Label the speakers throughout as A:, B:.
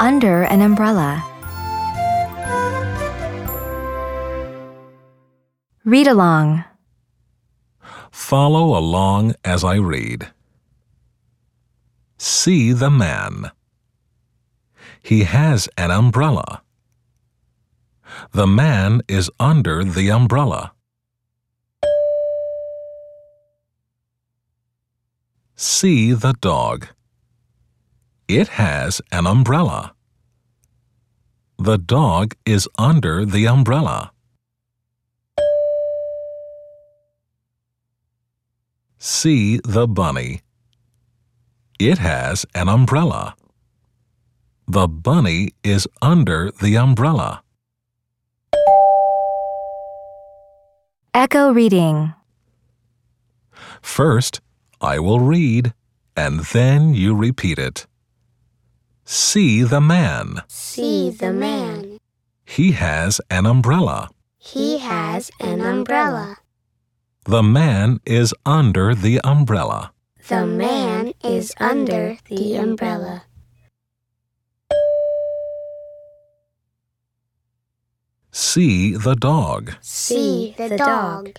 A: under an umbrella. Read along.
B: Follow along as I read. See the man. He has an umbrella. The man is under the umbrella. See the dog. It has an umbrella. The dog is under the umbrella. See the bunny. It has an umbrella. The bunny is under the umbrella.
A: Echo reading.
B: First, I will read, and then you repeat it. See the man.
C: See the man.
B: He has an umbrella.
C: He has an umbrella.
B: The man is under the umbrella.
C: The man is under the umbrella.
B: See the dog.
C: See the dog.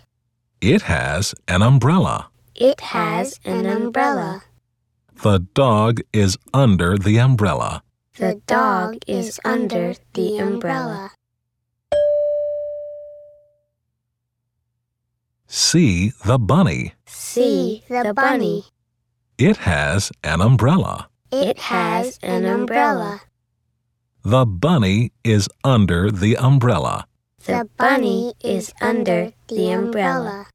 B: It has an umbrella.
C: It has an umbrella.
B: The dog is under the umbrella.
C: The dog is under the umbrella.
B: See the bunny.
C: See the bunny.
B: It has an umbrella.
C: It has an umbrella.
B: The bunny is under the umbrella.
C: The bunny is under the umbrella.